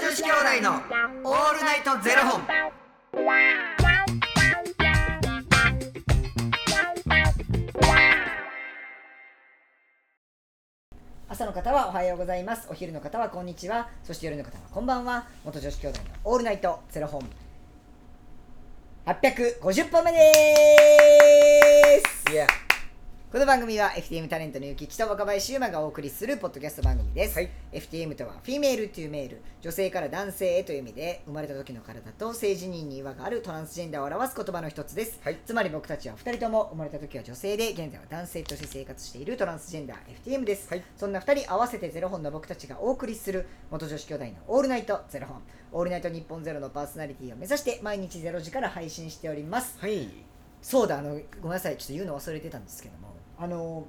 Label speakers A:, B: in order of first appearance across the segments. A: 子兄弟のオールナイトゼロ本。
B: 朝の方はおはようございますお昼の方はこんにちはそして夜の方はこんばんは元女子兄弟のオールナイトゼロ本850本目です
A: いや、
B: この番組は FTM タレントのゆきちと若林優馬がお送りするポッドキャスト番組です、
A: はい
B: FTM とはフィメールというメール女性から男性へという意味で生まれた時の体と性自認に違和があるトランスジェンダーを表す言葉の一つです、
A: はい
B: つまり僕たちは2人とも生まれた時は女性で現在は男性として生活しているトランスジェンダー FTM です、
A: はい
B: そんな2人合わせてゼロ本の僕たちがお送りする元女子兄弟のオールナイトゼロ本オールナイト日本ゼロのパーソナリティを目指して毎日ゼロ時から配信しております
A: はい、
B: そうだあのごめんなさいちょっと言うの忘れてたんですけどもあの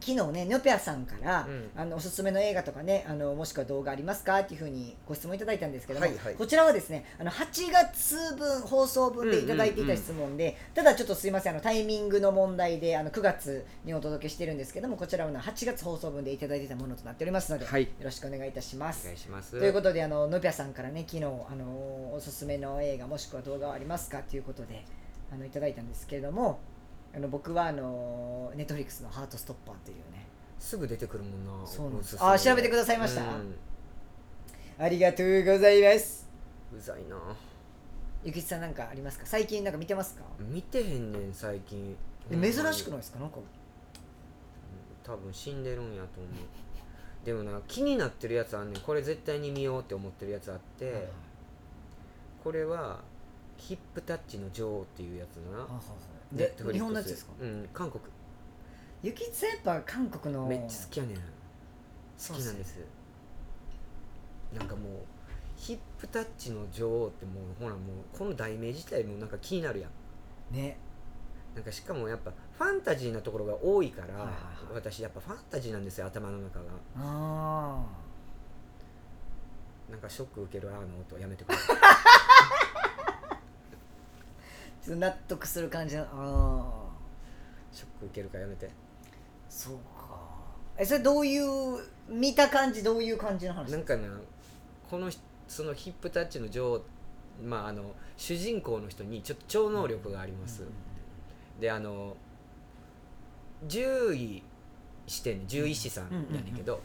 B: 昨日ねヌペアさんから、
A: うん
B: あのおすすめの映画とかねあのもしくは動画ありますかっていうふうにご質問いただいたんですけども、
A: はいはい
B: こちらはですねあの8月分放送分でいただいていた質問で、ただちょっとすいませんあのタイミングの問題であの9月にお届けしてるんですけどもこちらはの8月放送分でいただいてたものとなっておりますので、
A: はい
B: よろしくお願いいたしま
A: お
B: す
A: 願い。します。
B: ということであののぴゃさんからね昨日あのおすすめの映画もしくは動画はありますかということであのいただいたんですけれどもあの僕はあのネットフリックスの「ハートストッパー」というね
A: すぐ出てくるもんな。
B: そうなんです
A: おすすめ
B: あ調べてくださいました
A: うん
B: ありがとうございます
A: うざいな。
B: ゆきちさんなんかありますか最近なんか見てますか、
A: 見てへんねん最近。
B: え珍しくない
A: い。
B: ですかなんか
A: 多分死んでるんやと思う。でもな気になってるやつあんねん。これ絶対に見ようって思ってるやつあって、これはヒップタッチの女王っていうやつな。
B: で
A: Netflix
B: 日本のやつですか
A: うん韓国
B: ゆきちさんやっぱ韓国の
A: めっちゃ好きやねん好
B: うっ
A: き
B: すね
A: なんですなんかもうヒップタッチの女王ってもうほらもうこの題名自体もなんか気になるやん
B: ね
A: なんかしかもやっぱファンタジーなところが多いから、
B: はいはいはい
A: 私やっぱファンタジーなんですよ頭の中が
B: あ
A: なんかショック受けるあーの音やめてください
B: あちょっと納得する感じのああ
A: ショック受けるからやめて
B: そうかえそれどういう見た感じどういう感じの話
A: なんかなこのひそのヒップタッチの女王まああの主人公の人にちょっと超能力があります、であの獣医してんね獣医師さんやねんけど、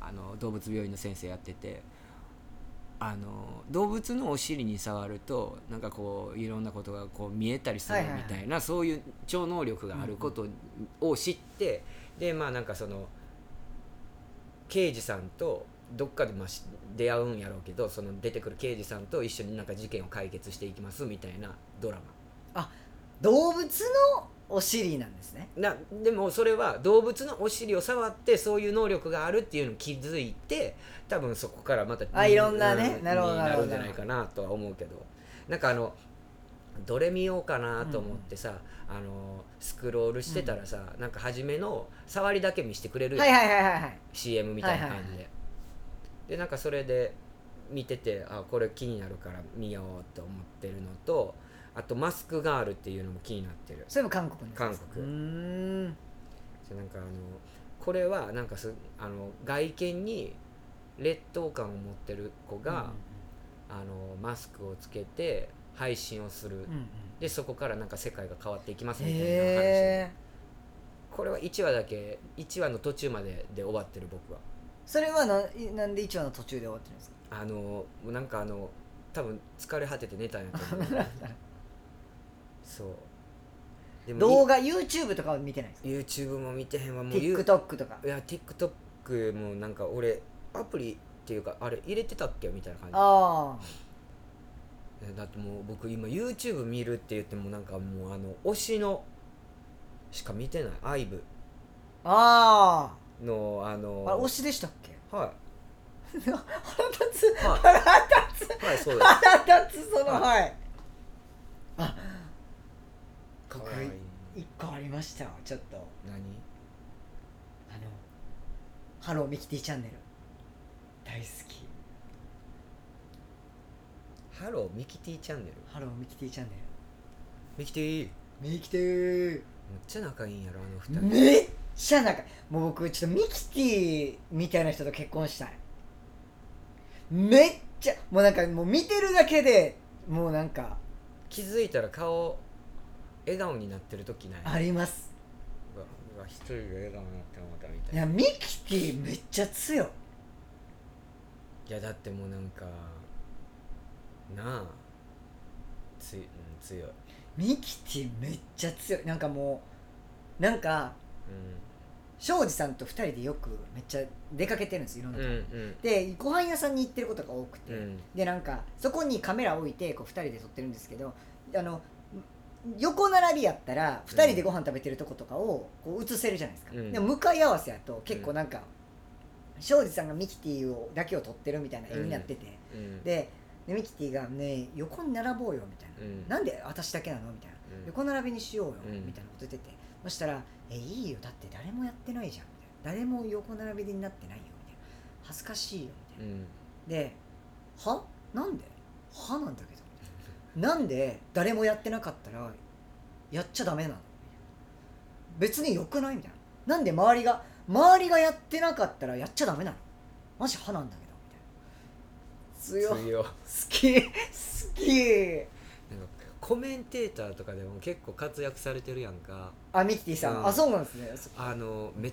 A: あの動物病院の先生やっててあの動物のお尻に触るとなんかこういろんなことがこう見えたりする
B: は
A: み
B: いはいはい
A: たいな、そういう超能力があることを知って、でまあなんかその刑事さんとどっかでまあし出会うんやろうけどその出てくる刑事さんと一緒になんか事件を解決していきますみたいなドラマ。
B: 動物のお尻なんですね
A: なでもそれは動物のお尻を触ってそういう能力があるっていうのに気づいて多分そこからまた
B: あいろんなね
A: う
B: なるほど
A: に
B: な
A: な
B: るほ
A: る
B: ど
A: んじゃないかなとは思うけどなんかあのどれ見ようかなと思ってさ、あのスクロールしてたらさ、なんか初めの触りだけ見せてくれるやん
B: はいはいはいはいはい
A: CM みたいな感じで、
B: はいはい
A: でなんかそれで見ててあこれ気になるから見ようと思ってるのとあと「マスクガール」っていうのも気になってる
B: それも韓国のやつです
A: 韓国
B: うーん
A: じゃなんかあのこれはなんかすあの外見に劣等感を持ってる子が、あのマスクをつけて配信をする、
B: うんうんうん
A: でそこからなんか世界が変わっていきますみたいな話で
B: へえ
A: これは1話だけ1話の途中までで終わってる僕は
B: それはななんで1話の途中で終わってるんですか
A: あのもうなんかあの多分疲れ果てて寝たんやと思 うそうでも
B: 動画 YouTube とかは見てないんですか
A: YouTube も見てへんわもう
B: TikTok とか
A: いや TikTok もなんか俺アプリっていうかあれ入れてたっけみたいな感
B: ああ
A: じだってもう僕今 YouTube 見るって言ってもなんかもうあの推しのしか見てない IVE
B: あ
A: のあの
B: ああれ推しでしたっ け
A: は
B: 腹立つ
A: いは
B: 腹立つ
A: い、は い、そうです
B: 腹立つその
A: は
B: はいあ
A: か
B: か
A: わ
B: わ
A: い
B: い
A: い
B: い1個ありましたよちょっと
A: 何
B: あの「ハローミキティチャンネル」大好き
A: ハローミキティチャンネル
B: 「ハローミキティチャンネル
A: ミキティ」
B: ミキティ
A: めっちゃ仲いいんやろあの二人、
B: めっちゃ仲もう僕ちょっとミキティみたいな人と結婚したいめっちゃもうなんかもう見てるだけでもうなんか
A: 気づいたら顔笑顔になってる時ない
B: あります
A: うわうわ一人で笑顔になって思ったみたい
B: い
A: ない
B: やミキティめっちゃ強い
A: やだってもうなんかなあつい、うん、強い、うん、
B: ミキティめっちゃ強いなんかもうなんか庄司さんと2人でよくめっちゃ出かけてるんですいろん
A: う
B: なん
A: う
B: とこ、
A: ん
B: でご飯屋さんに行ってることが多くて、
A: うん
B: でなんかそこにカメラ置いてこう2人で撮ってるんですけどあの横並びやったら2人でご飯食べてるとことかをこう映せるじゃないですか、
A: うん
B: でも向かい合わせやと結構なんか、庄司さんがミキティをだけを撮ってるみたいな絵になってて、
A: うん
B: ででミキティが「ね横に並ぼうよ」みたいな、
A: うん
B: なんで私だけなの?」みたいな
A: うん
B: 横並びにしようよ」
A: うん
B: みたいなこと言っててそしたら「えいいよだって誰もやってないじゃん」みたいな「誰も横並びになってないよ」みたいな「恥ずかしいよ」みたいな
A: うん
B: で「はなんではなんだけど」なんで誰もやってなかったらやっちゃダメなの?」別によくない?」みたいな「なんで周りが周りがやってなかったらやっちゃダメなのマジはなんだけど」みたいな強っ
A: 強い
B: 好き好き
A: なんかコメンテーターとかでも結構活躍されてるやんか
B: あミキティさん、
A: うん
B: あそうなんですねそ
A: あのめっ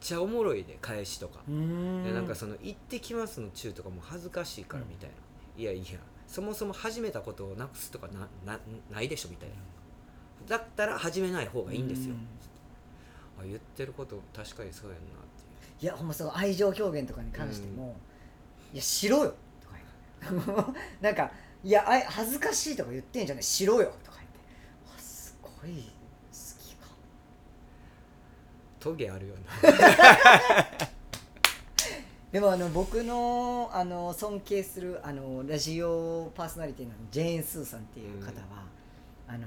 A: ちゃおもろいで返しとか
B: うーん
A: でなんかその「行ってきます」の中とかも恥ずかしいからみたいな、いやいやそもそも始めたことをなくすとかななないでしょみたいなだったら始めない方がいいんですよ
B: うん
A: あ言ってること確かにそうやんなって
B: いやほんまその愛情表現とかに関しても「いやしろよ」とか言う なんか「いやあい恥ずかしい」とか言ってんじゃない「しろよ」とか言ってあすごい好きか
A: トゲあるよな
B: でもあの僕のあの尊敬するあのラジオパーソナリティのジェーン・スーさんっていう方は「あの好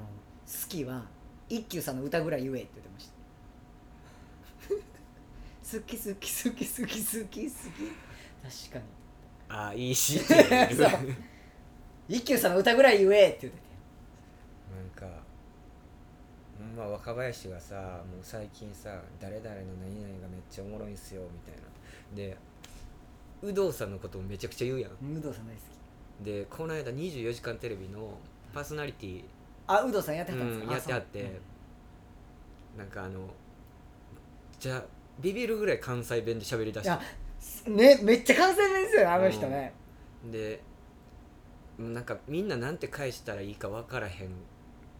B: きは一休さんの歌ぐらい言え」って言ってま した好き好き好き好き好き好き確か
A: あいいしって言える
B: そう
A: なん
B: に一休さんの歌ぐらい言えって言ってて
A: かほんま若林がさもう最近さ「誰々の何々がめっちゃおもろいんすよ」みたいなで有働さんのこともめちゃくちゃ言うやん
B: 有働さん大好き
A: でこの間『24時間テレビ』のパーソナリティ
B: あ有働さんやってはったんです
A: うん
B: か、
A: やってはって
B: そう
A: なんかあのじゃあビビるぐらい関西弁で喋りだし
B: いや
A: た
B: ねめっちゃ関西弁ですよねあの人ね、
A: でなんかみんななんて返したらいいか分からへん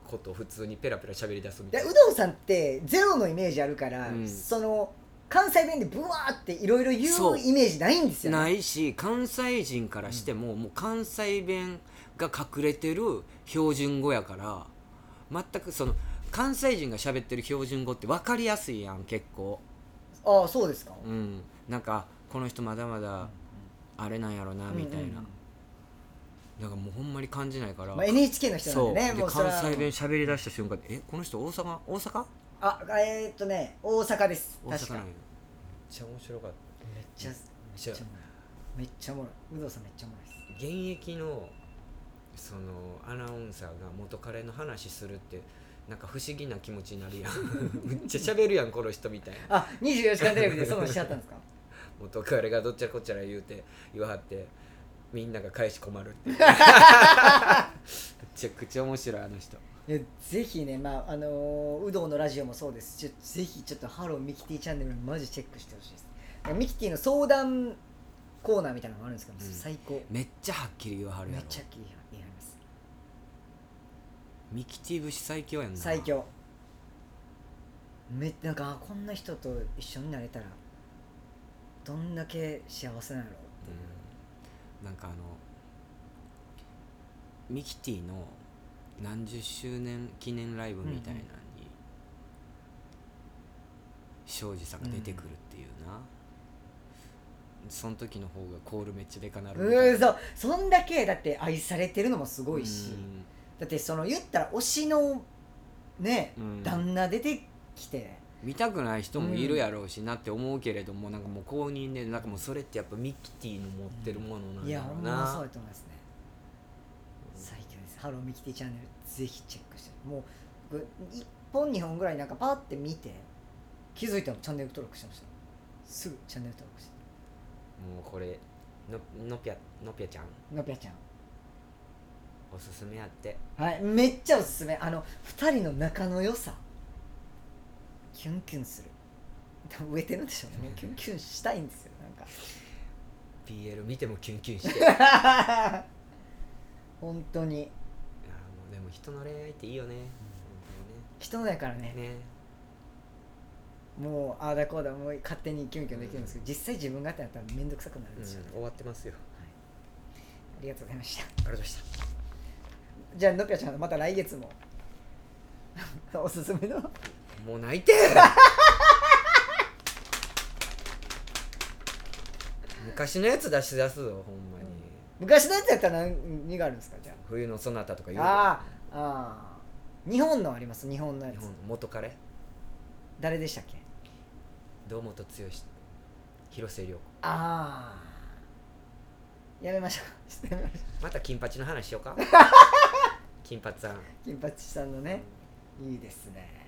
A: ことを普通にペラペラ喋り出すみた
B: で
A: いな
B: 有働さんってゼロのイメージあるから、
A: うん
B: その関西弁でブワーっていろいろ言
A: そう
B: うイメージないんですよ、ね、
A: ないし関西人からしても、もう関西弁が隠れてる標準語やから全くその関西人が喋ってる標準語って分かりやすいやん結構
B: ああそうですか、
A: うんなんかこの人まだまだあれなんやろなみたいな、
B: うん
A: なんかもうほんまに感じないから、
B: まあ、NHK の人なん
A: そう
B: でね
A: で
B: もうそれ
A: 関
B: は
A: 西弁喋り出した瞬間で「えこの人大阪大阪
B: あえーっとね大阪です
A: 大
B: 確
A: 阪
B: か
A: なんや
B: めっ
A: めっちゃ面白かった
B: ちゃめっちゃおもろいめっちゃおもろい有働さんめっちゃおもろいです
A: 現役のそのアナウンサーが元彼の話するってなんか不思議な気持ちになるやん めっちゃ喋るやんこの人みたいな
B: あ24時間テレビでそんなんしちゃったんですか
A: 元彼がどっちゃらこっちゃら言うて言わはってみんなが返し困る っていうめちゃくちゃ面白いあの人
B: いやぜひねまああのー、有働のラジオもそうですしぜひちょっと「ハローミキティチャンネル」マジチェックしてほしいですミキティの相談コーナーみたいなのもあるんですけど、
A: うん
B: 最高
A: めっちゃはっきり言わはるや
B: めっ
A: ろ
B: ちゃ気に入ります
A: ミキティ節最強やんな
B: 最強めなんかあこんな人と一緒になれたらどんだけ幸せなんやろ
A: うんなんかあのミキティの何十周年記念ライブみたいなのに庄司、さんが出てくるっていうな、その時の方がコールめっちゃでかなるみた
B: う
A: い
B: んそうそんだけだって愛されてるのもすごいし、だってその言ったら推しのね、
A: うん
B: 旦那出てきて
A: 見たくない人もいるやろうしなって思うけれども、なんかもう公認でなんかもうそれってやっぱミキティの持ってるものなん
B: い
A: だ
B: や
A: ろ
B: ほん
A: う
B: まそう
A: な
B: だと思いますね最強です「ハローミキティチャンネル」ぜひチェックしてもう僕1本2本ぐらいなんかパッて見て気づいたらチャンネル登録してましたすぐチャンネル登録して
A: もうこれののぴゃのぴゃちゃん
B: のぴゃちゃん
A: おすすめやって
B: はい、めっちゃおすすめあの2人の仲の良さキュンキュンする多分植えてるんでしょう ねもうキュンキュンしたいんですよなんか
A: PL 見てもキュンキュンして あーも
B: 本当に
A: うでも人の恋愛っていいよね、
B: 人のやからね
A: 本当にねね
B: もうああだこうだもう勝手にキュンキュンできるんですけど実際自分がってなったら面倒くさくなるん
A: うん
B: ですよ、ね
A: 終わってますよ
B: ありがとうございました
A: ありがとうございました
B: じゃあのぴゃちゃんまた来月も おすすめの
A: もう泣い て昔のやつ出し出すぞほんまに
B: 昔のやつやったら何何があるんですかじゃ
A: 冬のそなたとか言う
B: ああーあー日本のあります日本のや
A: 日
B: つ
A: 本の元彼
B: 誰でしたっけ
A: 堂本剛広末涼子
B: ああやめましょうやめましょう
A: また金八の話し ようか金八さん
B: 金八さんのねいいですね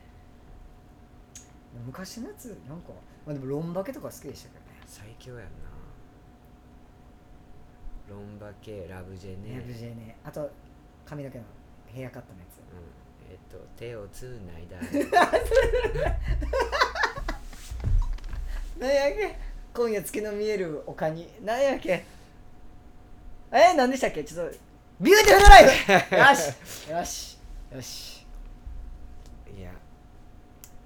B: 昔のやつなんかまあでもロンバケとか好きでしたけどね
A: 最強やんなロンバケラブジェネ
B: ね無事でねあと髪の毛のヘアカットのやつ
A: うんえっと手をつないだ
B: なんやけ今夜月の見える丘になんやけえー、何でしたっけちょっとビューティフルライ フよしよしよし
A: いや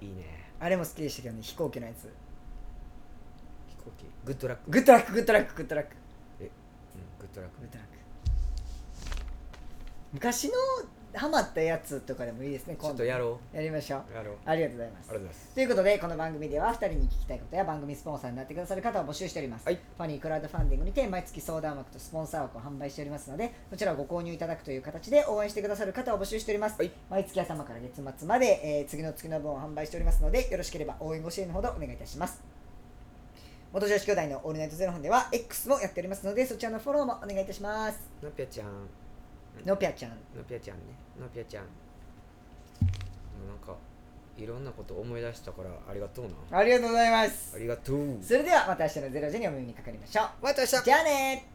A: いいね
B: あれも好きでしたけどね飛行機のやつ
A: 飛行機グッドラック、
B: グッドラックグッドラックグッドラック
A: うん、グッドラック
B: グッドラック昔のハマったやつとかでもいいですね
A: ちょっとやろ
B: うやりましょう
A: うやろう
B: ありがとうございます
A: ありがとうございます
B: ということでこの番組では2人に聞きたいことや番組スポンサーになってくださる方を募集しております、
A: はい
B: ファニークラウドファンディングにて毎月相談枠とスポンサー枠を販売しておりますのでそちらをご購入いただくという形で応援してくださる方を募集しております、
A: はい
B: 毎月頭から月末まで、えー次の月の分を販売しておりますのでよろしければ応援ご支援のほどお願いいたします元女子兄弟のオールナイトゼロ本では X もやっておりますのでそちらのフォローもお願いいたします
A: のぴゃちゃん
B: のぴゃちゃん
A: のぴゃちゃんねのぴゃちゃんなんかいろんなこと思い出したからありがとうな
B: ありがとうございます
A: ありがとう
B: それではまた明日のゼロ時にお耳にかかりましょう
A: また明日
B: じゃあねー